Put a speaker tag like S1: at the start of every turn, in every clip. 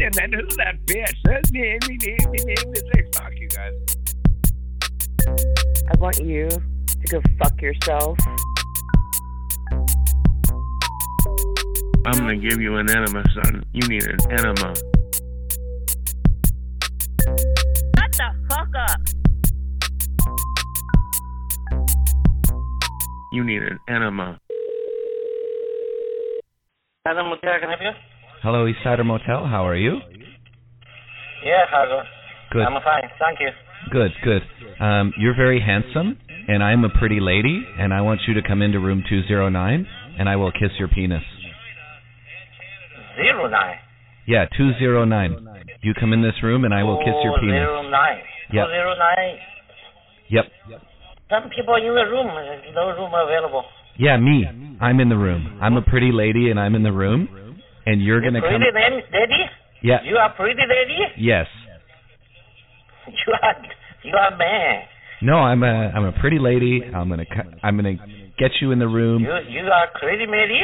S1: and then who's that bitch? That's me, me, me, me, me, me, me. Fuck you guys.
S2: I want you to go fuck yourself.
S3: I'm gonna give you an enema, son. You need an enema.
S4: Shut the fuck up.
S3: You need an enema.
S5: Adam Motel, can I help you?
S6: Hello, Eastsider Motel. How are you?
S5: Yeah, Hago.
S6: Good.
S5: I'm fine, thank you.
S6: Good, good. Um, you're very handsome, and I'm a pretty lady, and I want you to come into room 209, and I will kiss your penis.
S5: Zero nine.
S6: Yeah, 209. You come in this room, and I will kiss your
S5: Two
S6: penis.
S5: Zero nine.
S6: Yep.
S5: Two zero nine.
S6: Yep.
S5: Some people in the room, there's no room available.
S6: Yeah, me. I'm in the room. I'm a pretty lady, and I'm in the room, and you're gonna come.
S5: pretty lady? lady?
S6: Yeah.
S5: You are pretty lady?
S6: Yes.
S5: You are, you are man.
S6: No, I'm a I'm a pretty lady. I'm gonna co- I'm gonna get you in the room,
S5: You, you are crazy lady?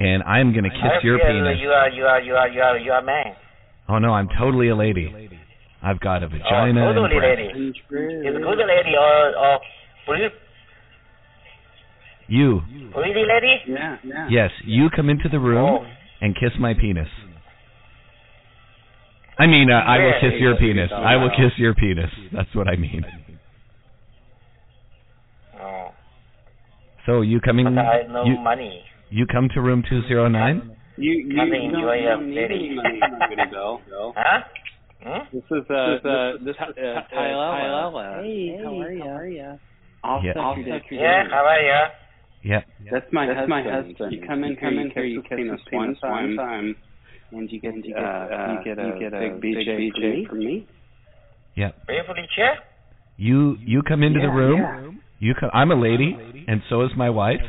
S6: and I'm gonna
S5: I
S6: kiss your
S5: feel
S6: penis.
S5: You are, you are, you are, you are, you are man.
S6: Oh no, I'm totally a lady. I've got a vagina
S5: oh,
S6: and
S5: good
S6: breasts.
S5: lady. Is good lady or, or pretty,
S6: You.
S5: pretty lady?
S7: Yeah, yeah.
S6: Yes, you come into the
S5: Oh.
S6: room and kiss my penis. I mean, uh, I will
S5: Yeah,
S6: kiss your penis.
S7: yeah.
S6: I will kiss your penis. That's what I mean.
S5: Oh,
S6: So you coming?
S5: but I have no
S6: You
S5: money.
S6: you come to room two zero nine?
S7: You, you,
S5: I
S7: you
S5: think you
S7: don't,
S5: are
S7: you don't need
S5: pretty.
S7: any money, Goody Bell.
S5: Huh? Hmm?
S7: This is, uh, this, uh, this, uh, Tyler.
S8: Hey, how are you? How are you?
S7: I'll
S6: Yeah.
S7: suck your dick.
S5: Yeah, how are you?
S6: Yeah.
S7: That's my husband. my husband. You come in, come in here, you kiss his penis one time, and you get, you get, uh, you get a, big BJ, from me.
S5: Beautifully chair?
S6: You you come into the
S7: Yeah,
S6: room.
S7: yeah.
S6: You come. I'm a lady, and so is my wife.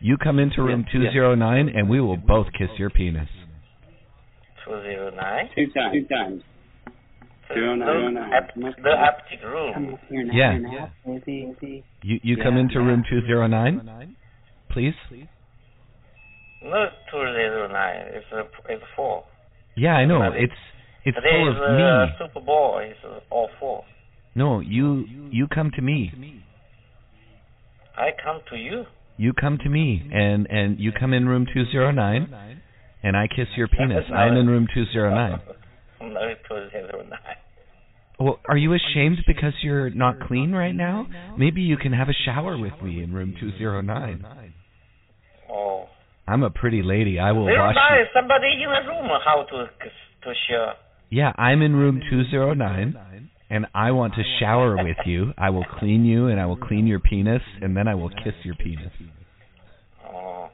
S6: You come into room
S7: Yeah,
S6: two
S7: yeah.
S6: zero nine, and we will both kiss your penis.
S5: 209.
S7: Two times. Two times. Two oh
S5: The,
S7: nine, nine.
S5: apt- the optic room.
S8: Come here now,
S6: Yeah.
S8: now, baby.
S6: You you come
S7: Yeah,
S6: into room two zero nine, please.
S5: Not 209, it's, a, it's 4.
S6: Yeah, I know.
S5: Another-
S6: It's it's
S5: Today
S6: full
S5: is
S6: of
S5: uh,
S6: me.
S5: Super Bowl, it's uh, all 4.
S6: No, you you come to me.
S5: I come to you.
S6: You come to me, and and you come in room two zero nine, and I kiss your penis. I'm in room two zero nine.
S5: no, it's 209.
S6: Well, are you ashamed because you're not clean right now? Maybe you can have a shower with me in room two zero nine.
S5: Oh.
S6: I'm a pretty lady. I will
S5: Zero
S6: wash
S5: nine
S6: you.
S5: is somebody in the room, how to to share.
S6: Yeah, I'm in room two zero nine, and I want to shower with you. I will clean you, and I will clean your penis, and then I will kiss your penis
S5: Oh,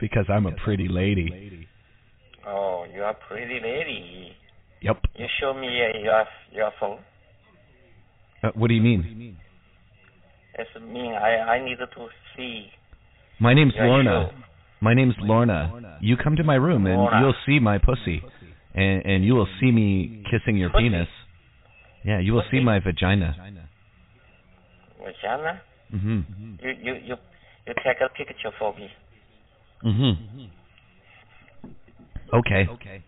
S6: because I'm a pretty lady.
S5: oh, you are pretty lady.
S6: Yep.
S5: You show me uh, your your phone.
S6: Uh, what do you mean?
S5: It's me. I I need to see.
S6: My name's
S5: your
S6: Lorna.
S5: show.
S6: My name's Lorna. You come to my room and
S5: Lorna.
S6: you'll see my pussy, and and you will see me kissing your
S5: Pussy.
S6: penis. Yeah, you will see
S5: Pussy.
S6: my vagina.
S5: Rosanna,
S6: Mhm.
S5: you you you you take a picture for me.
S6: Mhm.
S5: Mm-hmm.
S6: Okay.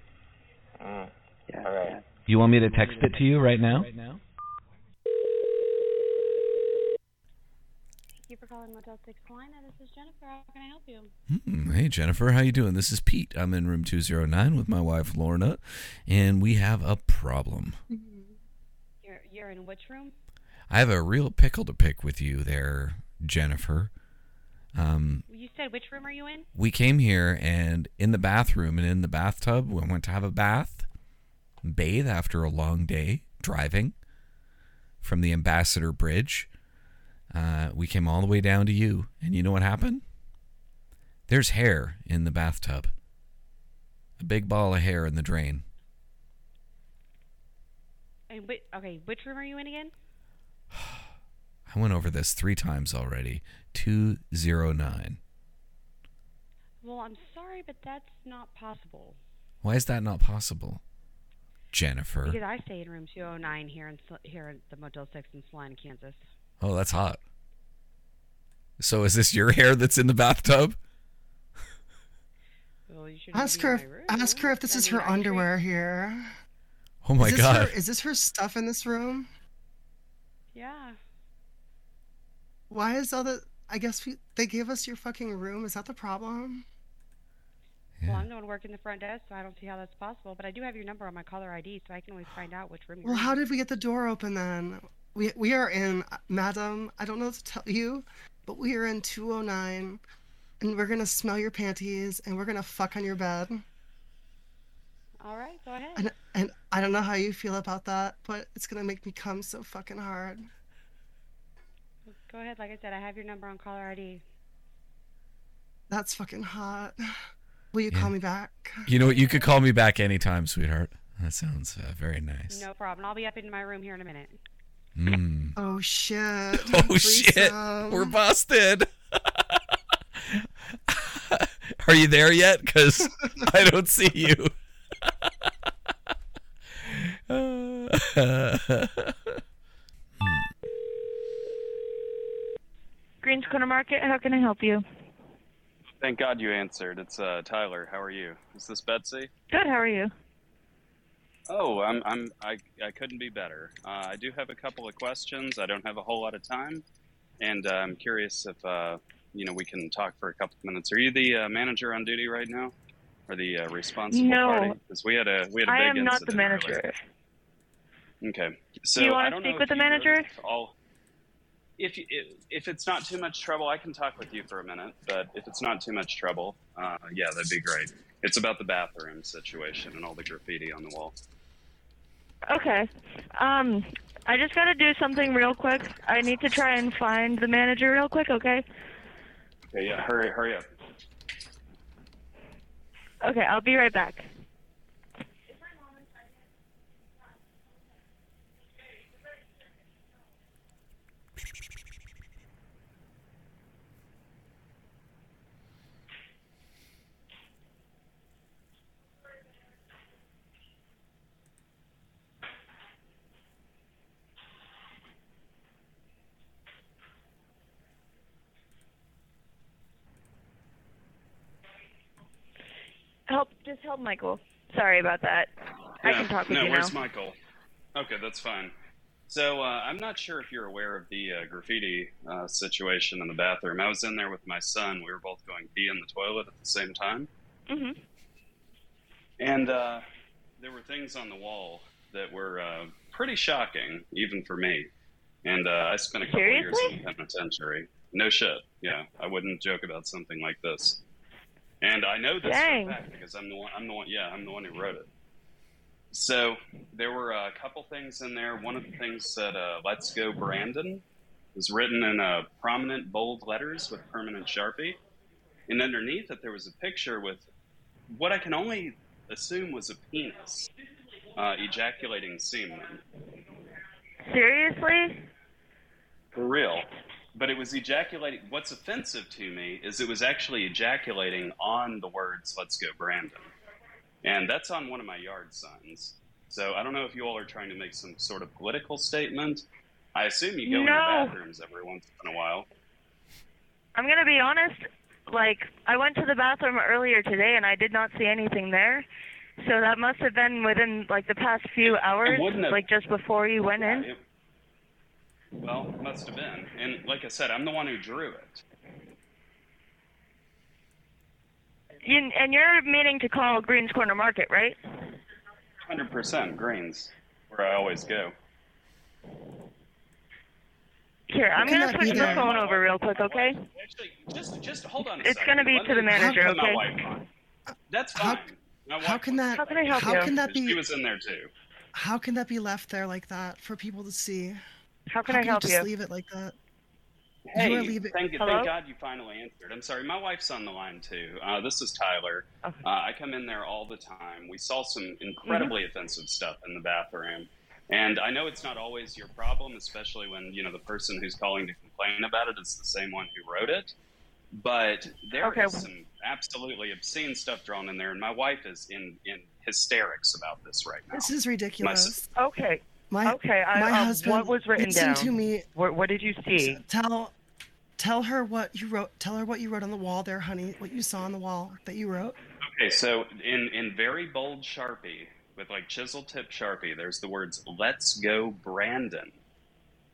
S5: Mm.
S7: Yeah.
S5: All right.
S6: You want me to text it to you right now?
S9: Thank you for calling Motel Six Carolina. This is Jennifer. How can I help you?
S10: Hmm. Hey Jennifer, how you doing? This is Pete. I'm in room 209 with my wife Lorna, and we have a problem.
S9: You're you're in which room?
S10: I have a real pickle to pick with you there, Jennifer. Um,
S9: You said which room are you in?
S10: we came here and in the bathroom and in the bathtub, we went to have a bath, bathe after a long day driving from the Ambassador Bridge. Uh, we came all the way down to you, and you know what happened? There's hair in the bathtub. A big ball of hair in the drain.
S9: And whi- okay, which room are you in again?
S10: I went over this three times already. 209.
S9: Well, I'm sorry, but that's not possible
S10: Why is that not possible? Jennifer.
S9: because I stay in room 209 here in Sl- here at the Motel Six in Salina, Kansas.
S10: Oh, that's hot. So is this your hair that's in the bathtub?
S9: Well, you shouldn't
S11: Ask
S9: be
S11: her.
S9: in
S11: If,
S9: my room.
S11: ask her if this is
S9: I mean,
S11: her
S9: I'm sure-
S11: underwear here.
S10: Oh my
S11: is this
S10: god.
S11: Her, is this her stuff in this room?
S9: Yeah.
S11: Why is all the? I guess we, they gave us your fucking room. Is that the problem?
S9: Well, I'm the one working the front desk, so I don't see how that's possible. But I do have your number on my caller ID, so I can always find out which room you're
S11: Well,
S9: in.
S11: how did we get the door open then? We we are in, uh, madam. I don't know what to tell you, but we are in 209, and we're gonna smell your panties and we're gonna fuck on your bed.
S9: All right, go ahead.
S11: And and I don't know how you feel about that, but it's gonna make me come so fucking hard.
S9: Go ahead. Like I said, I have your number on caller ID.
S11: That's fucking hot. Will you call me back?
S10: You know what? You could call me back anytime, sweetheart. That sounds uh, very nice.
S9: No problem. I'll be up in my room here in a minute.
S10: Mm.
S11: Oh shit.
S10: Oh shit! We're busted. Are you there yet? Because I don't see you.
S12: Greens Corner Market, how can I help you?
S13: Thank God you answered. It's uh, Tyler. How are you? Is this Betsy?
S12: Good, how are you?
S13: Oh, I'm, I'm I, I couldn't be better. Uh, I do have a couple of questions. I don't have a whole lot of time, and uh, I'm curious if uh, you know we can talk for a couple of minutes. Are you the uh, manager on duty right now, or the uh, responsible
S12: No.
S13: party? Because we had a we had a
S12: I
S13: big
S12: am not the
S13: incident
S12: manager.
S13: earlier. Okay. So
S12: Do you
S13: I
S12: want to
S13: don't know
S12: speak
S13: if
S12: with the
S13: you
S12: manager?
S13: all if, you- if if it's not too much trouble, I can talk with you for a minute. But if it's not too much trouble, uh, yeah, that'd be great. It's about the bathroom situation and all the graffiti on the wall.
S12: Okay. Um, I just got to do something real quick. I need to try and find the manager real quick, okay?
S13: Okay, yeah, hurry, hurry up.
S12: Okay, I'll be right back. Help, just help Michael. Sorry about that. I
S13: Yeah,
S12: can talk with
S13: no,
S12: you now.
S13: where's Michael? Okay, that's fine. So uh, I'm not sure if you're aware of the uh, graffiti uh, situation in the bathroom. I was in there with my son. We were both going pee in the toilet at the same time.
S12: Mm-hmm.
S13: And uh, there were things on the wall that were uh, pretty shocking, even for me. And uh, I spent a couple years in the penitentiary. No shit. Yeah, I wouldn't joke about something like this. And I know this
S12: Dang.
S13: for a fact because I'm the one. I'm the one. Yeah, I'm the one who wrote it. So there were a couple things in there. One of the things said, uh, "Let's go, Brandon," was written in uh, prominent bold letters with permanent sharpie. And underneath it, there was a picture with what I can only assume was a penis uh, ejaculating semen.
S12: Seriously?
S13: For real. But it was ejaculating. What's offensive to me is it was actually ejaculating on the words, let's go, Brandon. And that's on one of my yard signs. So I don't know if you all are trying to make some sort of political statement. I assume you
S12: No.
S13: go in the bathrooms every once in a while.
S12: I'm going to be honest. Like, I went to the bathroom earlier today and I did not see anything there. So that must have been within, like, the past few hours,
S13: wouldn't have-
S12: like, just before you went in.
S13: It- well, it must have been. And like I said, I'm the one who drew it.
S12: You, and you're meaning to call Green's Corner Market, right?
S13: 100% greens, where I always go.
S12: Here, I'm
S13: Can
S12: gonna
S13: I
S12: switch
S13: be
S12: the
S13: there?
S12: phone over real quick, okay?
S13: Just, just hold on. A
S12: It's
S13: second.
S12: gonna be
S13: Let
S12: to the
S13: me-
S12: manager,
S13: Put my
S12: okay?
S13: wife on. That's fine. My
S11: How
S13: wife
S11: can
S13: was
S11: that?
S13: there.
S11: how Can that be,
S13: She was in there too.
S11: how can that be left there like that for people to see?
S12: How
S13: can I help
S11: just
S13: you?
S11: Leave it like that.
S13: Hey,
S11: you are leaving.
S13: thank, thank God you finally answered. I'm sorry, my wife's on the line too. Uh, this is Tyler. Uh, I come in there all the time. We saw some
S11: Mm-hmm.
S13: incredibly offensive stuff in the bathroom, and I know it's not always your problem, especially when you know the person who's calling to complain about it is the same one who wrote it. But there is
S12: Okay.
S13: some absolutely obscene stuff drawn in there, and my wife is in in hysterics about this right now.
S11: This is ridiculous.
S12: Okay.
S11: My,
S12: okay.
S11: my
S12: um,
S11: husband.
S12: what was written
S11: listened
S12: down?
S11: to me.
S12: What, what did you see?
S11: Tell, tell her what you wrote. Tell her what you wrote on the wall there, honey. What you saw on the wall that you wrote.
S13: Okay, so in in very bold Sharpie with like chisel tip Sharpie, there's the words "Let's go, Brandon,"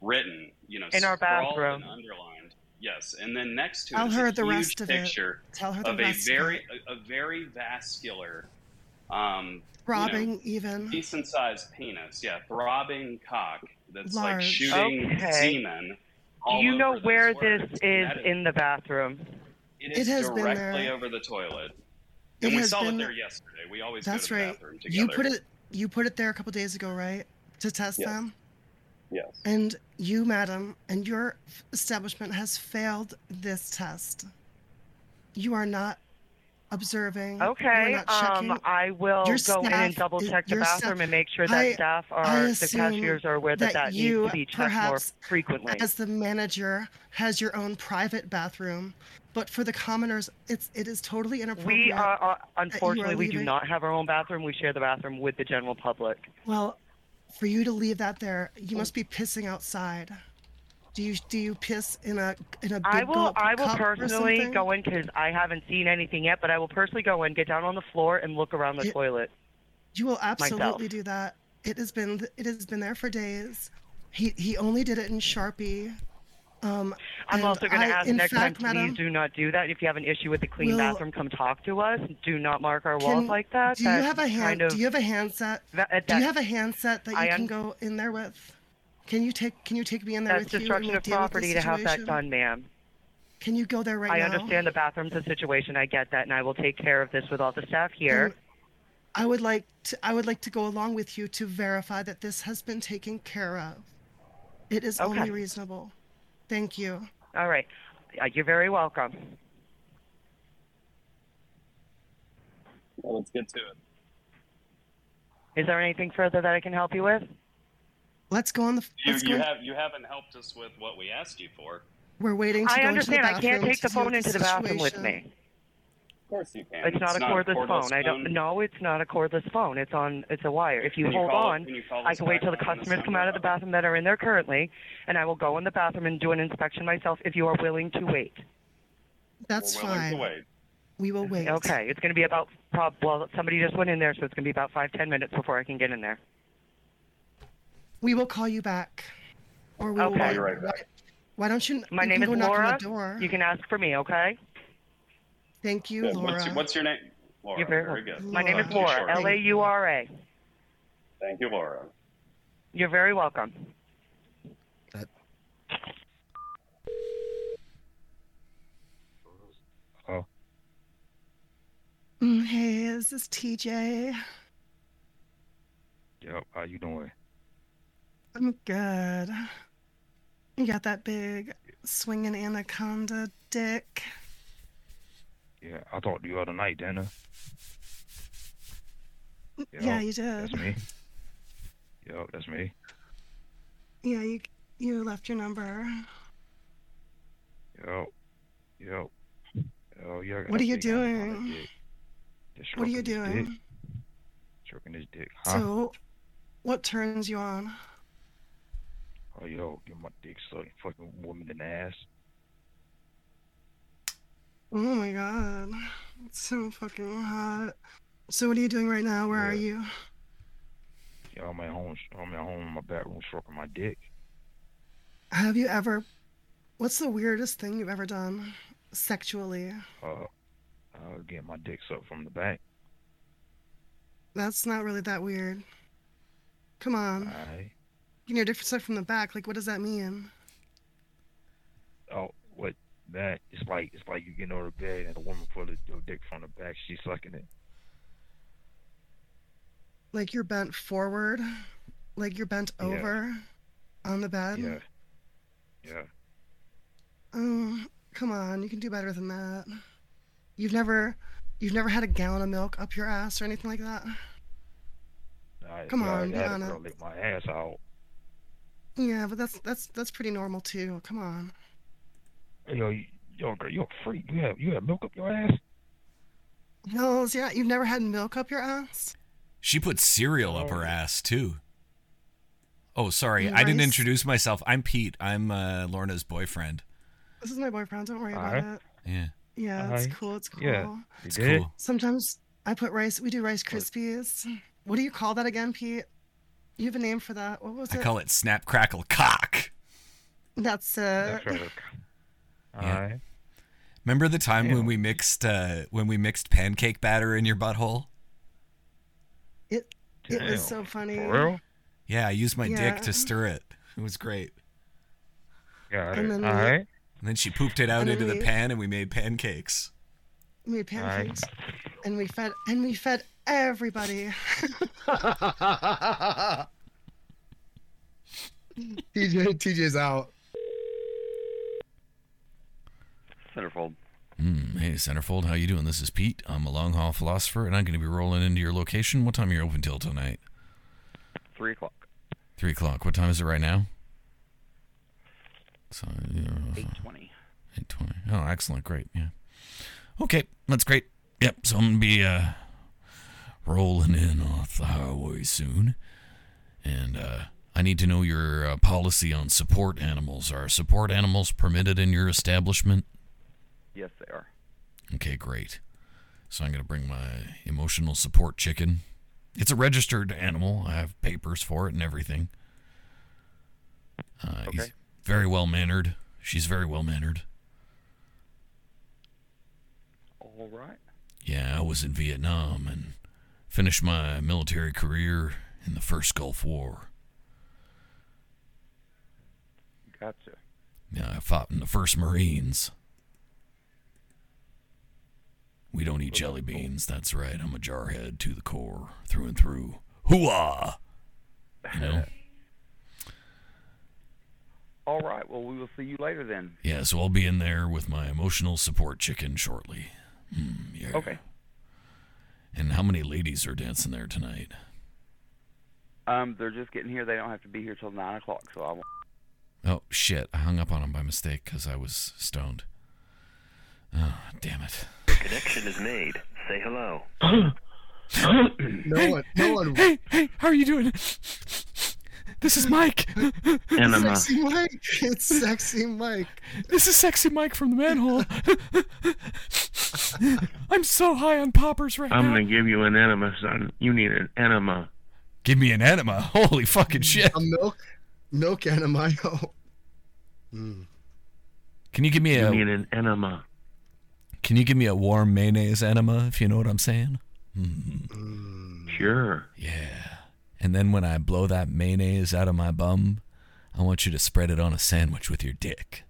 S13: written, you know,
S12: In our
S13: scrawled
S12: bathroom.
S13: and underlined. Yes, and then next to it
S11: Tell
S13: is a
S11: her the
S13: huge
S11: rest of it.
S13: picture
S11: Tell her the
S13: of a
S11: rest of
S13: very a, a very vascular, um,
S11: Robbing even.
S13: decent sized penis, yeah, throbbing cock that's like
S11: Large.
S13: shooting
S12: Okay.
S13: semen. All
S12: Do you know
S13: over
S12: where
S13: word.
S12: this is
S13: That is-
S12: in the bathroom?
S13: It is
S11: It has been
S13: directly
S11: there.
S13: over the toilet.
S11: It
S13: And we
S11: has
S13: saw
S11: been-
S13: it there yesterday. We always
S11: That's
S13: go to the
S11: right.
S13: bathroom together.
S11: You put it you put it there a couple days ago, right? To test
S13: Yes.
S11: them.
S13: Yes.
S11: And you, madam, and your establishment has failed this test. You are not observing. you are
S12: Okay,
S11: not checking.
S12: um, I will
S11: Your
S12: go in and
S11: staff-
S12: double check the
S11: your staff-
S12: bathroom and make sure that
S11: I-
S12: staff
S11: I
S12: are, the
S11: assume
S12: cashiers are aware that
S11: that
S12: that
S11: you
S12: needs to be checked more
S11: perhaps
S12: frequently.
S11: As the manager has your own private bathroom, but for the commoners, it's it is totally inappropriate.
S12: We are, are
S11: you are
S12: unfortunately, we do
S11: leaving.
S12: not have our own bathroom. We share the bathroom with the general public.
S11: Well, for you to leave that there, you must be pissing outside. Do you do you piss in a in a big
S12: I will,
S11: gulp
S12: I will
S11: cup or
S12: personally
S11: something?
S12: go in because I haven't seen anything yet, but I will personally go in, get down on the floor, and look around the
S11: Yeah.
S12: toilet.
S11: You will
S12: myself.
S11: absolutely do that. It has been it has been there for days. He he only did it in Sharpie. Um,
S12: I'm
S11: and
S12: also going to
S11: I-
S12: ask
S11: in
S12: next
S11: fact,
S12: time, please
S11: madam,
S12: do not do that. If you have an issue with the clean
S11: Will-
S12: bathroom, come talk to us. Do not mark our walls
S11: Can-
S12: like that.
S11: Do you
S12: That's
S11: have a hand?
S12: Kind of,
S11: do you have a handset? do
S12: that-
S11: you have a handset that you
S12: I
S11: can
S12: un-
S11: go in there with? Can you take Can you take me in there
S12: that's
S11: with you? and
S12: destruction
S11: we'll
S12: of
S11: deal with
S12: property to
S11: this
S12: have that
S11: situation?
S12: done, ma'am.
S11: Can you go there right
S12: I
S11: now?
S12: understand the bathroom's a situation. I get that, and I will take care of this with all the staff here.
S11: I would like to. I would like to go along with you to verify that this has been taken care of. It is
S12: Okay.
S11: only reasonable. Thank you.
S12: All right. Uh, You're very welcome.
S13: Well, let's get to it.
S12: Is there anything further that I can help you with?
S11: Let's go on the.
S13: You,
S11: let's go
S13: you
S11: on-
S13: have you haven't helped us with what we asked you for.
S11: We're waiting to
S12: I
S11: go
S12: understand.
S11: into the
S12: I can't
S11: bathroom
S12: take the
S11: to deal
S12: phone
S11: with
S12: into the bathroom with
S11: situation.
S12: me.
S13: Of course you can.
S12: It's not a cordless, phone. I don't.
S13: phone.
S12: No, it's not a cordless phone. It's on. It's a wire. If you
S13: Can you
S12: hold
S13: call-
S12: on,
S13: can you call
S12: I
S13: us
S12: can wait
S13: back
S12: till the
S13: on this
S12: customers come out of the bathroom that are in there currently, and I will go in the bathroom and do an inspection myself. If you are willing to wait.
S11: That's
S12: We're willing to
S11: fine.
S12: wait.
S11: We will wait.
S12: Okay. It's going to be about. prob- Well, somebody just went in there, so it's going to be about five ten minutes before I can get in there.
S11: We will call you back. Or we will
S12: Okay.
S11: wait. Why don't you?
S12: My
S11: you
S12: name
S11: Oh,
S12: is
S11: can go knock on the
S12: Laura.
S11: door.
S12: You can ask for me, okay?
S11: Thank you,
S13: Good.
S11: Laura.
S13: What's, your, what's your name? Laura.
S12: You're very
S13: very
S12: welcome.
S13: good.
S12: My name is
S13: Too short.
S12: Laura. L A U R A.
S13: Thank you, Laura.
S12: You're very welcome.
S14: Oh,
S11: Mm, Hey, is this TJ?
S14: yep. How you doing?
S11: I'm good. You got that big swinging anaconda dick.
S14: Yeah, I talked to you the other night, didn't I? Yep,
S11: yeah, you
S14: That's
S11: did.
S14: me. Yep, that's me.
S11: Yeah, you you left your number.
S14: Yep. Yep. Oh yeah. I got
S11: What
S14: a
S11: are you
S14: big anaconda
S11: doing?
S14: dick. Just
S11: What are you
S14: stroking his dick.
S11: doing?
S14: Stroking his dick. Huh?
S11: So, what turns you on?
S14: oh yo, give my dick sucking fucking woman in the ass.
S11: Oh my god, it's so fucking hot. So, what are you doing right now? Where are you?
S14: Yeah, I'm at home. I'm at home in my bedroom stroking my dick.
S11: Have you ever? What's the weirdest thing you've ever done sexually?
S14: Uh, uh, getting my dick sucked from the back.
S11: That's not really that weird. Come on,
S14: Alright.
S11: you know, different stuff from the back. Like, what does that mean?
S14: Oh, what that? It's like it's like you get over the bed and the woman pull the, your dick from the back. She's sucking it.
S11: Like you're bent forward, like you're bent
S14: Yeah.
S11: over on the bed.
S14: Yeah. Yeah.
S11: Oh, come on, you can do better than that. You've never, you've never had a gallon of milk up your ass or anything like that.
S14: I,
S11: Come
S14: yeah,
S11: on,
S14: I had a
S11: Deanna.
S14: girl lick my ass out.
S11: Yeah, but that's that's that's pretty normal too. Come on.
S14: Yo, you- yo, girl, you're a freak. You have you have milk up your ass.
S11: Hells yeah, you've never had milk up your ass.
S10: She put cereal up her ass too. Oh, sorry, I didn't
S11: Nice.
S10: introduce myself. I'm Pete. I'm uh, Lorna's boyfriend.
S11: This is my boyfriend. Don't worry
S10: Alright.
S11: about it.
S10: Yeah.
S11: Yeah, it's
S10: Alright.
S11: cool. It's cool.
S10: Yeah, you It's did? cool.
S11: Sometimes, I put rice. We do Rice Krispies. What do you call that again, Pete? You have a name for that? What was
S15: I
S11: it?
S15: call it snap crackle cock.
S11: That's uh, it.
S15: Yeah. Remember the time when we mixed uh, when we mixed pancake batter in your butthole?
S11: It, it
S15: Damn.
S11: was so funny.
S15: Yeah, I used my dick
S11: Yeah.
S15: to stir it. It was great.
S10: Got
S11: And it. then we- Alright.
S15: And then she pooped it out
S11: And
S15: into
S11: then
S15: the
S11: we-
S15: pan, and we made pancakes.
S11: We made pancakes, and we fed and we fed everybody.
S16: TJ, TJ's out.
S17: Centerfold.
S15: Mm, hey, Centerfold, how you doing? This is Pete. I'm a long haul philosopher, and I'm going to be rolling into your location. What time are you open till tonight?
S17: Three o'clock.
S15: Three o'clock. What time is it right now? So, uh,
S17: Eight twenty.
S15: Eight twenty. Oh, excellent. Great. Yeah. Okay, that's great. Yep. So I'm gonna be uh, rolling in off the highway soon, and uh, I need to know your uh, policy on support animals. Are support animals permitted in your establishment?
S17: Yes, they are.
S15: Okay, great. So I'm gonna bring my emotional support chicken. It's a registered animal. I have papers for it and everything. Uh, He's very well mannered. She's very well mannered.
S17: All right.
S15: Yeah, I was in Vietnam and finished my military career in the first Gulf War.
S17: Gotcha.
S15: Yeah, I fought in the first Marines. We don't eat jelly beans. That's right. I'm a jarhead to the core, through and through. Hooah! You know?
S17: All right. Well, we will see you later then.
S15: Yeah, so I'll be in there with my emotional support chicken shortly. Hmm, yeah.
S17: Okay.
S15: And how many ladies are dancing there tonight?
S17: Um, they're just getting here. They don't have to be here till nine o'clock. So I won't.
S15: Oh shit! I hung up on him by mistake because I was stoned. Oh damn it!
S18: Connection is made. Say hello.
S16: no one, no one.
S15: Hey, hey, how are you doing? This is Mike.
S16: Enema.
S11: Sexy Mike. It's sexy Mike.
S15: This is sexy Mike from the manhole. I'm so high on poppers right
S3: I'm gonna give you an enema, son. You need an enema.
S15: Give me an enema. Holy fucking shit!
S16: A milk, milk enema. Oh,
S15: Can you give me
S3: You
S15: a
S3: need an enema.
S15: Can you give me a warm mayonnaise enema if you know what I'm saying?
S3: Sure.
S15: Yeah. And then when I blow that mayonnaise out of my bum, I want you to spread it on a sandwich with your dick.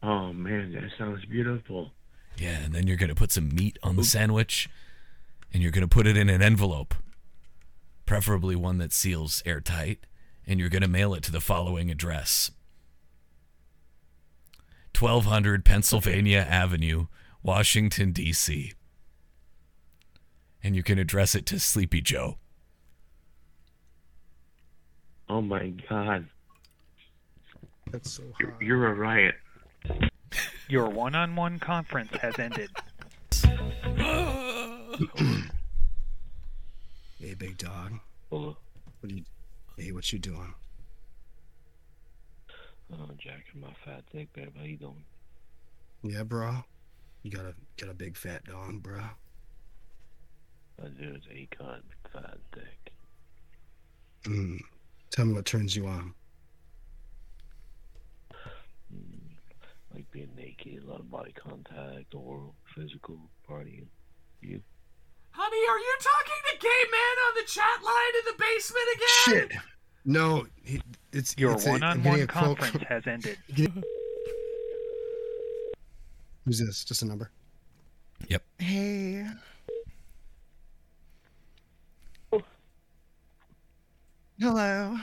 S3: Oh man, that sounds beautiful.
S15: Yeah, and then you're gonna put some meat on the sandwich, and you're gonna put it in an envelope, preferably one that seals airtight, and you're gonna mail it to the following address: 1200 Pennsylvania Avenue, Washington D.C. And you can address it to Sleepy Joe.
S3: Oh my god.
S16: That's so
S3: You're, you're a riot.
S19: Your one on one conference has ended.
S16: hey, big dog. What are you? Hey, what you doing?
S20: Oh, Jack, my fat dick, babe. How you doing?
S16: Yeah, bro. You got a got a big fat dog, bro.
S20: I do. It's Akon, big fat dick.
S16: Mm. Tell me what turns you on.
S20: Mm. Like being naked, a lot of body contact, oral, physical, partying. You?
S1: Honey, are you talking to gay men on the chat line in the basement again?
S16: Shit. No, he- it's
S19: Your
S16: it's a-
S19: one on
S16: getting a
S19: one
S16: quote
S19: conference
S16: from-
S19: has ended.
S16: Who's this? Just a number.
S11: Hey. Hello.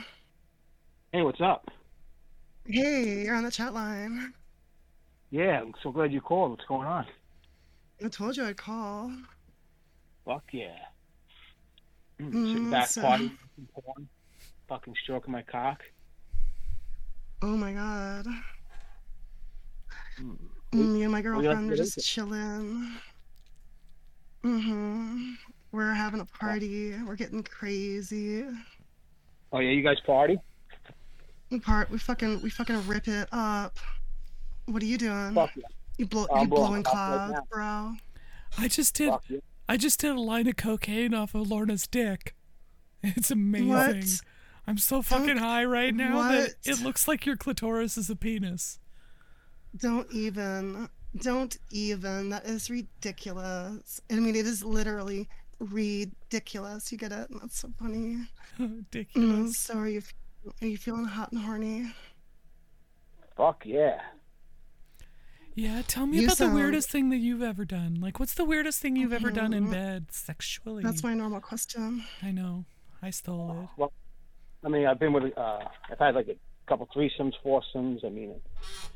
S21: Hey, what's up?
S11: Hey, you're on the chat line.
S21: Yeah, I'm so glad you called. What's going on?
S11: I told you I'd call.
S21: Fuck yeah. Mm,
S11: Mm,
S21: Sitting back
S11: so-
S21: party, fucking porn, fucking stroking my cock.
S11: Oh my god.
S21: Mm.
S11: Me
S21: What
S11: and my
S21: do you like
S11: girlfriend
S21: to
S11: are
S21: get
S11: just
S21: into?
S11: chilling. Mhm. We're having a party. We're getting crazy.
S21: Oh yeah, you guys party?
S11: We part. We fucking. We fucking rip it up. What are you doing?
S21: Fuck yeah.
S11: You blow.
S21: I'm
S11: you
S21: blowing
S11: blowing
S21: clouds right
S11: clouds, bro.
S15: I just did.
S1: I just did a line of cocaine off of Lorna's dick. It's amazing.
S11: What?
S1: I'm so fucking high right now that
S11: what?
S1: it looks like your clitoris is a penis.
S11: Don't even. Don't even. That is ridiculous. I mean, it is literally ridiculous. You get it? That's so funny. Mm,
S1: Ridiculous.
S11: so are you? Are you feeling hot and horny?
S22: Fuck yeah.
S1: Yeah, tell me
S11: You
S1: about
S11: sound-
S1: the weirdest thing that you've ever done. Like, what's the weirdest thing you've ever done in bed sexually?
S11: Mm. That's my normal question.
S1: I know. I stole it.
S22: Well, I mean, I've been with, uh, I've had like a couple threesomes, foursomes. I mean,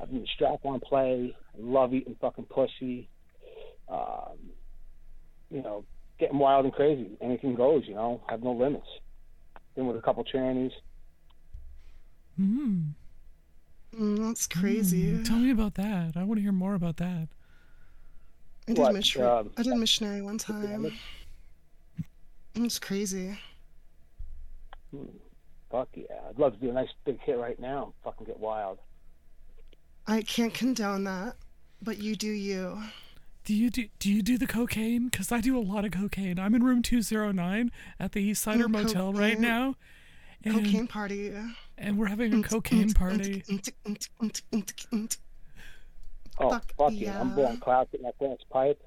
S22: I've been strap on play. I love eating fucking pussy. Um, you know, getting wild and crazy. Anything goes, you know, have no limits. Been with a couple trannies.
S1: Mm.
S11: Mm, that's crazy.
S1: tell me about that. I want to hear more about that.
S11: I did
S1: What,
S11: missionary.
S1: um,
S11: I did missionary one time. It's crazy.
S22: Hmm, fuck yeah. I'd love to do a nice big hit right now and fucking get wild.
S11: I can't condone that, but you do you.
S1: Do you do do you do the cocaine? Cause I do a lot of cocaine. I'm in room two zero nine at the East Sider
S11: Mm,
S1: Motel right
S11: cocaine.
S1: now. And,
S11: Cocaine party.
S1: And we're having a cocaine party.
S22: Oh,
S11: Fuck
S22: fuck, yeah. I'm
S11: yeah.
S22: blowing clouds at my parents' pipe.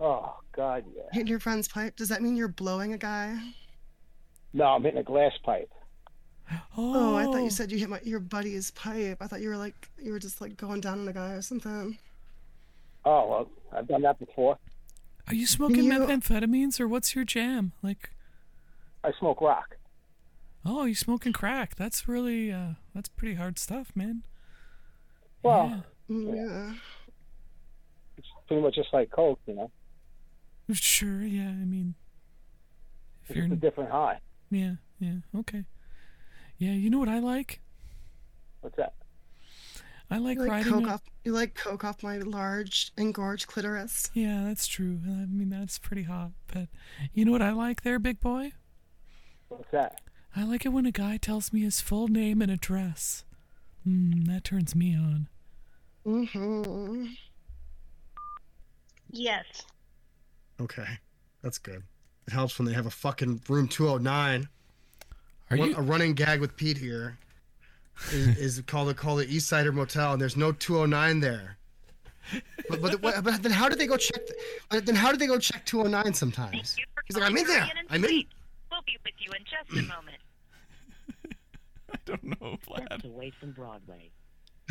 S22: Oh, God, yeah.
S11: Hitting your friend's pipe. Does that mean you're blowing a guy?
S22: No, I'm hitting a glass pipe.
S11: Oh, I thought
S1: Oh.
S11: you said you hit my, your buddy's pipe. I thought you were like you were just like going down on a guy or something.
S22: Oh, well, I've done that before.
S1: Are you smoking
S11: you-
S1: methamphetamines or what's your jam? Like,
S22: I smoke rock.
S1: oh, you smoking crack? That's really uh, that's pretty hard stuff, man.
S22: Well,
S11: yeah.
S22: It's pretty much just like coke, you know.
S1: Sure, yeah. I mean,
S22: It's just a different high.
S1: yeah, yeah. Okay. Yeah, you know what I like?
S22: What's that?
S1: I like,
S11: you like
S1: riding.
S11: coke
S1: a-
S11: off. You like coke off my large engorged clitoris.
S1: Yeah, that's true. I mean, that's pretty hot. But you know what I like there, big boy?
S22: What's that?
S1: I like it when a guy tells me his full name and address. Mm, that turns me on.
S11: Mm-hmm.
S4: Yes.
S16: Okay, that's good. It helps when they have a fucking room 209.
S10: Are
S16: One-
S10: you-
S16: A running gag with Pete here is, is called called the East Sider Motel, and there's no 209 there. But but, what, but then how did they go check? th- But then how did they go check 209 sometimes? He's like, I'm in there. I'm in.
S4: We'll be with you in just a moment.
S1: don't know, Vlad.
S17: away from Broadway,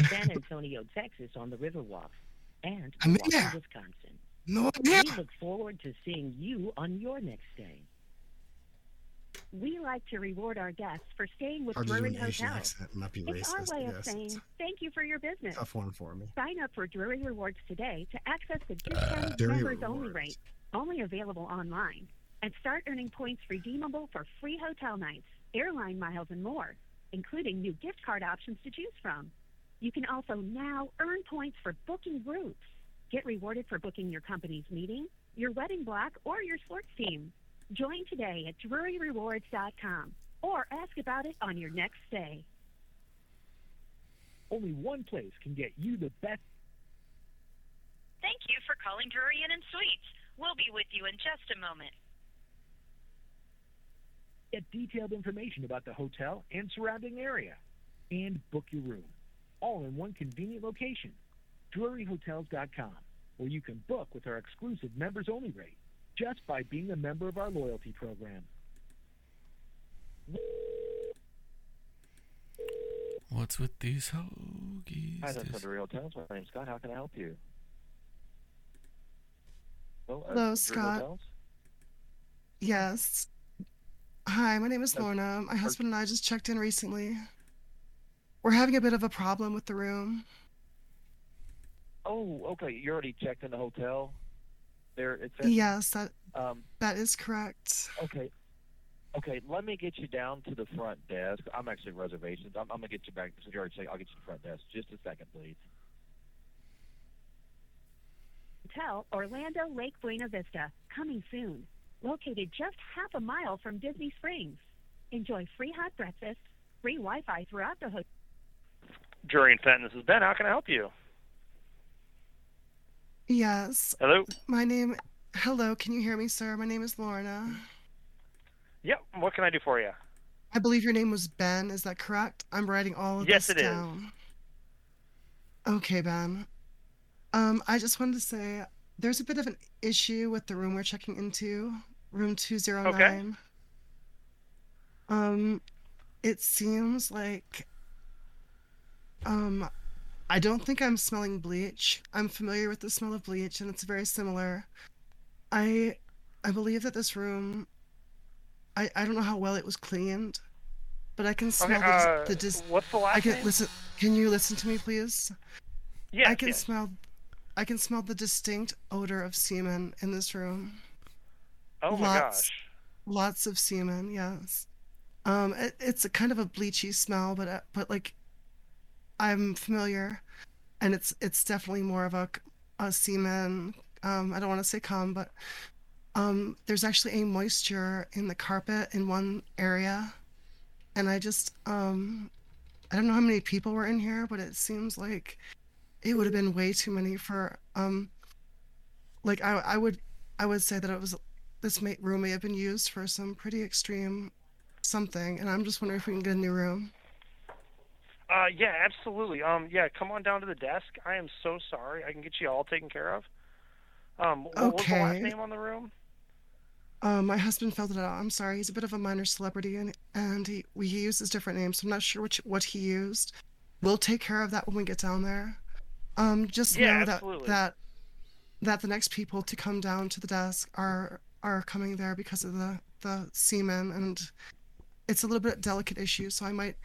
S17: San Antonio, Texas, on the Riverwalk, and
S16: I'm in
S17: Milwaukee,
S16: there.
S17: Wisconsin.
S16: No,
S17: we
S16: yeah.
S17: look forward to seeing you on your next stay.
S4: We like to reward our guests for staying with
S16: Hard to do
S4: Drury
S16: an Asian
S4: Hotel.
S16: accent. Might be
S4: It's our
S16: racist.
S4: way
S16: I
S4: of
S16: guess. It's
S4: saying thank you for your business.
S16: a tough one for me. Uh,
S4: Sign up for Drury Rewards today to access the discounted
S16: Drury
S4: members only rate, only available online, and start earning points redeemable for free hotel nights, airline miles, and more, including new gift card options to choose from. You can also now earn points for booking groups. Get rewarded for booking your company's meeting, your wedding block, or your sports team. Join today at druryrewards.com or ask about it on your next stay.
S20: Only one place can get you the best.
S4: Thank you for calling Drury Inn and Suites. We'll be with you in just a moment.
S20: Get detailed information about the hotel and surrounding area, and book your room, all in one convenient location, DruryHotels.com, where you can book with our exclusive members-only rate just by being a member of our loyalty program.
S10: What's with these hoagies?
S20: Hi, that's
S10: This-
S20: Drury Hotels. My name's Scott. How can I help you? Hello,
S11: Hello, Scott. Yes. Hi, my name is Lorna. My husband and I just checked in recently. We're having a bit of a problem with the room.
S20: Oh, okay. You already checked in the hotel. There, it's
S11: Yes, that
S20: Um,
S11: that is correct.
S20: okay, okay. Let me get you down to the front desk. I'm actually reservations. I'm, I'm gonna get you back. Since you already checked, I'll get you to the front desk. Just a second, please.
S4: Hotel Orlando Lake Buena Vista, coming soon. Located just half a mile from Disney Springs. Enjoy free hot breakfast, free Wi Fi throughout the hotel.
S23: Jury and Fenton, this is Ben. How can I help you?
S11: Yes.
S23: Hello?
S11: My name Hello, can you hear me, sir? My name is Lorna.
S23: Yep. What can I do for you?
S11: I believe your name was Ben. Is that correct? I'm writing all of
S23: Yes,
S11: this
S23: it is.
S11: down. Okay, Ben. Um, I just wanted to say there's a bit of an issue with the room we're checking into, room 209. Um, it seems like um, I don't think I'm smelling bleach. I'm familiar with the smell of bleach, and it's very similar. I I believe that this room. I I don't know how well it was cleaned, but I can smell
S23: uh,
S11: the, dis- the dis-
S23: what's the last
S11: I can
S23: name?
S11: listen. Can you listen to me, please?
S23: Yeah.
S11: I can
S23: yeah.
S11: smell. I can smell the distinct odor of semen in this room.
S23: Oh my
S11: Lots-
S23: gosh.
S11: Lots of semen, yes. Um, it, it's a kind of a bleachy smell, but uh, but like, I'm familiar, and it's it's definitely more of a, c- a semen. Um, I don't want to say cum, but um, there's actually a moisture in the carpet in one area, and I just um, I don't know how many people were in here, but it seems like it would have been way too many for um, like I I would I would say that it was this may, room may have been used for some pretty extreme something, and I'm just wondering if we can get a new room.
S23: Uh, yeah, absolutely. Um, yeah, come on down to the desk. I am so sorry. I can get you all taken care of. Um, wh- what was the last
S11: Okay.
S23: name on the room?
S11: Uh, my husband filled it out. I'm sorry, he's a bit of a minor celebrity, and and he we he uses different names, so I'm not sure which what he used. We'll take care of that when we get down there. Um, just
S23: Yeah,
S11: know that
S23: absolutely.
S11: that that the next people to come down to the desk are are coming there because of the the semen, and it's a little bit delicate issue, so I might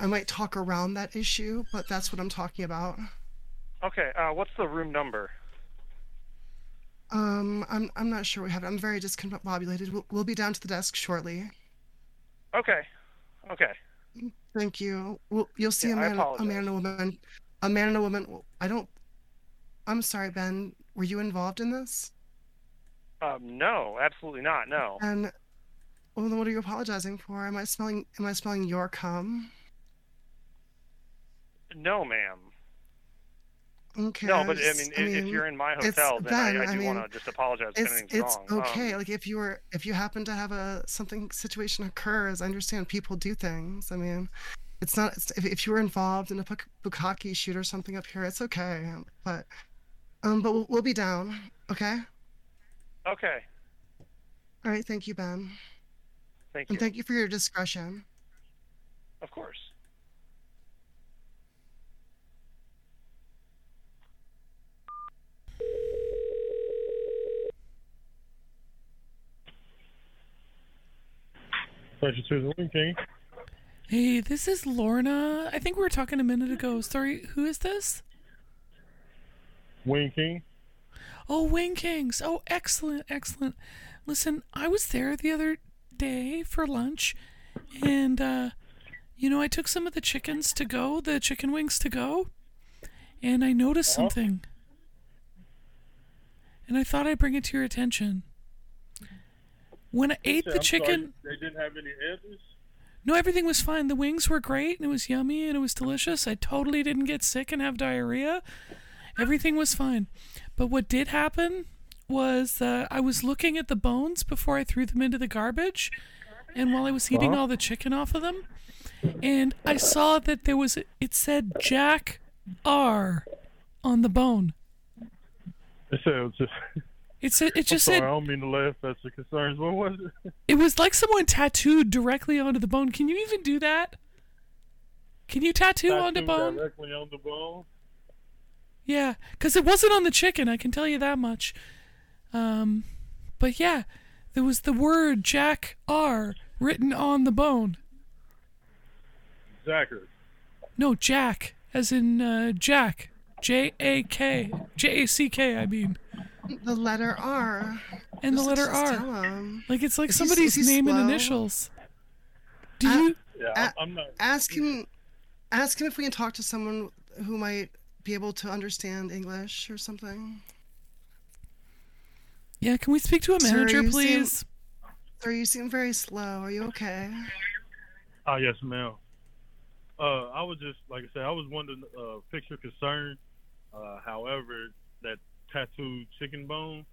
S11: I might talk around that issue, but that's what I'm talking about.
S23: Okay. Uh, what's the room number?
S11: Um, I'm I'm not sure we have it. I'm very discombobulated. We'll, we'll be down to the desk shortly.
S23: Okay. Okay.
S11: Thank you. Well, you'll see
S23: Yeah,
S11: a
S23: I
S11: man, a
S23: apologize.
S11: man and a woman, a man and a woman. I don't. I'm sorry, Ben. Were you involved in this?
S23: Um, no, absolutely not. No.
S11: And well, then what are you apologizing for? Am I smelling? Am I smelling your cum?
S23: No, ma'am.
S11: Okay.
S23: no,
S11: I'm
S23: but I
S11: just-
S23: mean, i if you're in my
S11: it's-
S23: hotel, then I,
S11: Ben,
S23: I do
S11: mean,
S23: want to just apologize if
S11: it's,
S23: anything's
S11: it's
S23: wrong. Um,
S11: okay. like if you were, if you happen to have a something situation occurs, I understand people do things. I mean, it's not it's, if, if you were involved in a buk- bukkake shoot or something up here, it's okay. um, But um, but we'll, we'll be down. Okay.
S23: okay.
S11: All right. Thank you, Ben.
S23: Thank
S11: And thank you for your discretion.
S23: Of course.
S2: Pressure to the link, King.
S1: Hey, this is Lorna. I think we were talking a minute ago. Sorry, who is this?
S2: Wayne King.
S1: Oh, Wing Kings. Oh, excellent, excellent. Listen, I was there the other day for lunch, and uh, you know, I took some of the chickens to go, the chicken wings to go, and I noticed
S2: Uh-huh.
S1: something. And I thought I'd bring it to your attention. When I ate the
S2: Say, I'm sorry,
S1: chicken,
S2: they didn't have any answers.
S1: no, everything was fine. The wings were great and it was yummy and it was delicious. I totally didn't get sick and have diarrhea. Everything was fine. But what did happen was uh, I was looking at the bones before I threw them into the garbage. And while I was eating
S2: Uh-huh.
S1: all the chicken off of them, and I saw that there was, it said Jack R on the bone.
S2: It sounds just.
S1: It said, it just
S2: I'm sorry,
S1: said,
S2: I don't mean to laugh at your concerns. What was it?
S1: it was like someone tattooed directly onto the bone. Can you even do that? Can you tattoo
S2: Tattoo
S1: onto bone?
S2: Directly on the bone.
S1: Yeah, because it wasn't on the chicken, I can tell you that much. Um, but yeah, there was the word Jack R written on the bone.
S2: Zachary.
S1: No, Jack, as in uh, Jack. J A K. J A C K, I mean.
S11: The letter R.
S1: And the
S11: Just-
S1: letter
S11: just
S1: R.
S11: tell 'em.
S1: Like it's like
S11: Is he- is
S1: somebody's
S11: he
S1: name and
S11: slow? Ah.
S1: initials. Do
S11: A-
S1: you.
S11: a- Ask him. Ask him if we can talk to someone who might be able to understand English or something.
S1: Yeah, can we speak to a
S11: Sir,
S1: manager,
S11: you seem-
S1: please?
S11: Sir, you seem very slow. Are you okay?
S2: Ah, yes, ma'am. Uh, I was just like I said, I was wondering, uh, picture concern. Uh, however, that tattooed chicken bone,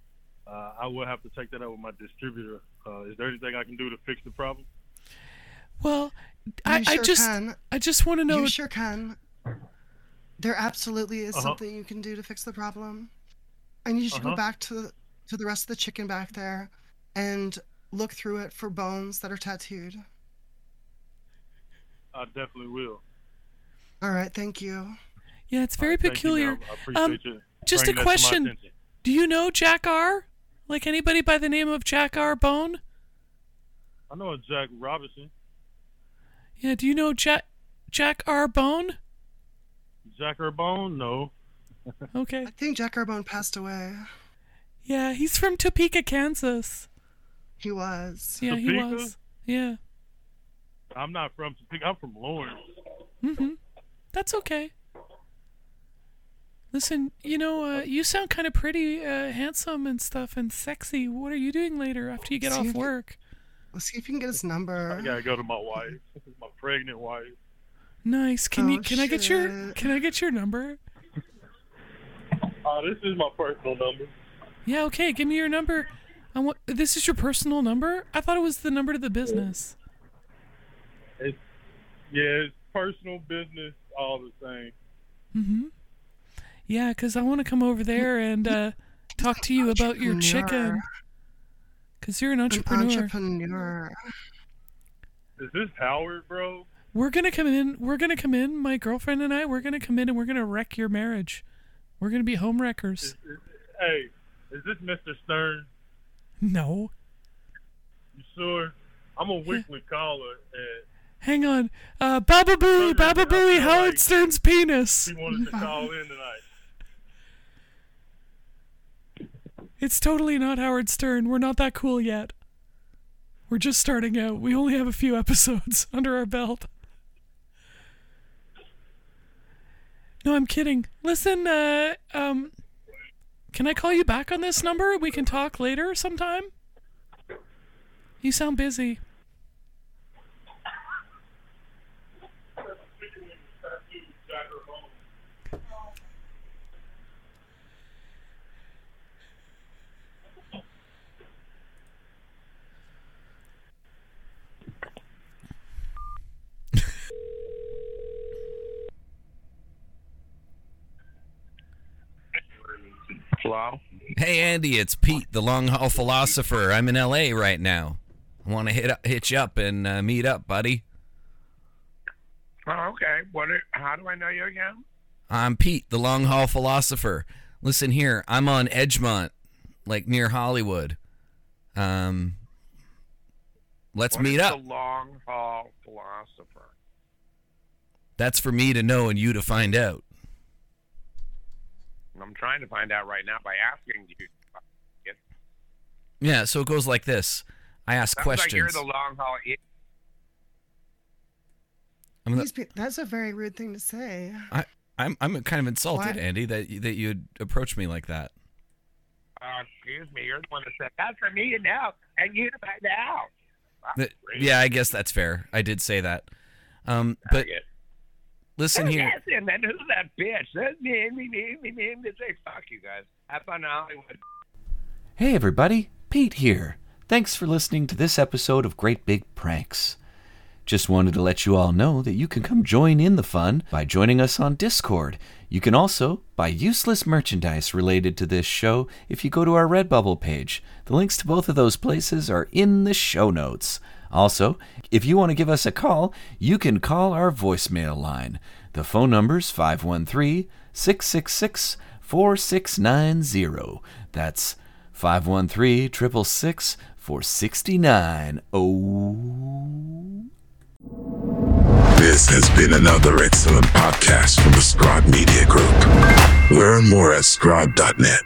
S2: Uh, I will have to take that out with my distributor. Uh, is there anything I can do to fix the problem?
S1: Well, I,
S11: You
S1: I
S11: sure
S1: just
S11: can.
S1: I just want to know.
S11: You sure can. There absolutely is
S1: Uh-huh.
S11: something you can do to fix the problem. And you should
S1: Uh-huh.
S11: go back to to the rest of the chicken back there and look through it for bones that are tattooed.
S2: I definitely will.
S11: All right, thank you.
S1: Yeah, it's very
S2: thank you,
S1: peculiar. Um,
S2: ma'am. I appreciate you
S1: Just a
S2: bringing that to my
S1: question.
S2: attention.
S1: Do you know Jack R? Like anybody by the name of Jack R Bone?
S2: I know a Jack Robinson.
S1: Yeah, do you know Jack Jack R Bone?
S2: Jack Urbone? No.
S1: Okay.
S11: I think Jack Arbone passed away.
S1: Yeah, he's from Topeka, Kansas.
S11: He was.
S1: Yeah, he
S2: Topeka?
S1: was. Yeah.
S2: I'm not from Topeka. I'm from Lawrence.
S1: Mm-hmm. That's okay. Listen, you know, uh, you sound kind of pretty, uh, handsome and stuff, and sexy. What are you doing later after you get
S11: See
S1: off
S11: if you-
S1: work?
S11: Let's see if you can get his
S2: I
S11: number.
S2: gotta go to my wife, my pregnant wife.
S1: Nice. Can you?
S11: Oh,
S1: Can I get your?
S11: shit.
S1: Can I get your number?
S2: Oh, this is my personal number.
S1: Yeah. Okay. Give me your number. I want. This is your personal number. I thought it was the number to the business.
S2: It's yeah, it's personal business, all the same.
S1: Mm-hmm. Yeah, 'cause I want to come over there and uh, talk to you about your chicken.
S11: Entrepreneur.
S1: 'Cause you're an
S11: An
S1: entrepreneur.
S11: entrepreneur.
S2: Is this Howard, bro?
S1: We're gonna come in. We're gonna come in. My girlfriend and I. We're gonna come in and we're gonna wreck your marriage. We're gonna be home wreckers.
S2: Hey, is this Mr. Stern?
S1: No.
S2: You sure? I'm a weekly caller, and
S1: Hang on. Uh, Baba Booey, Baba Booey, Howard Stern's penis.
S2: he wanted to call in tonight.
S1: It's totally not Howard Stern. We're not that cool yet. We're just starting out. We only have a few episodes under our belt. No, I'm kidding. Listen, uh, um, can I call you back on this number? We can talk later sometime. You sound busy.
S24: Hello?
S10: Hey Andy, it's Pete, the long haul philosopher. I'm in LA right now. I want to hit up, hitch up and uh, meet up, buddy.
S24: Oh, okay. What? Are, how do I know you again?
S10: I'm Pete, the long haul philosopher. Listen here, I'm on Edgemont, like near Hollywood. Um, let's
S24: What
S10: meet
S24: is
S10: up.
S24: The long haul philosopher.
S10: That's for me to know and you to find out.
S24: And I'm trying to find out right now by asking you. It
S10: Yeah, so it goes like this. I ask
S24: sounds
S10: questions.
S24: like you're the long haul. i-
S10: I'm the-
S11: He's be- that's a very rude thing to say.
S10: I, I'm I'm kind of insulted,
S11: Why-
S10: Andy, that you- that you'd approach me like that.
S24: Uh, excuse me. You're the one that said that's for me to know and you to find out. Ah,
S10: That- yeah, I guess that's fair. I did say that. Um, but listen
S24: Who
S10: here.
S24: is it, man? Who's that bitch? That's me, me, me, me, me. They say fuck you guys. Have fun in Hollywood.
S5: Hey everybody, Pete here. Thanks for listening to this episode of Great Big Pranks. Just wanted to let you all know that you can come join in the fun by joining us on Discord. You can also buy useless merchandise related to this show if you go to our Redbubble page. The links to both of those places are in the show notes. Also, if you want to give us a call, you can call our voicemail line. The phone number's 513 666 4690. That's 513 666 oh. 4690.
S7: This has been another excellent podcast from the Scribe Media Group. Learn more at scribe.net.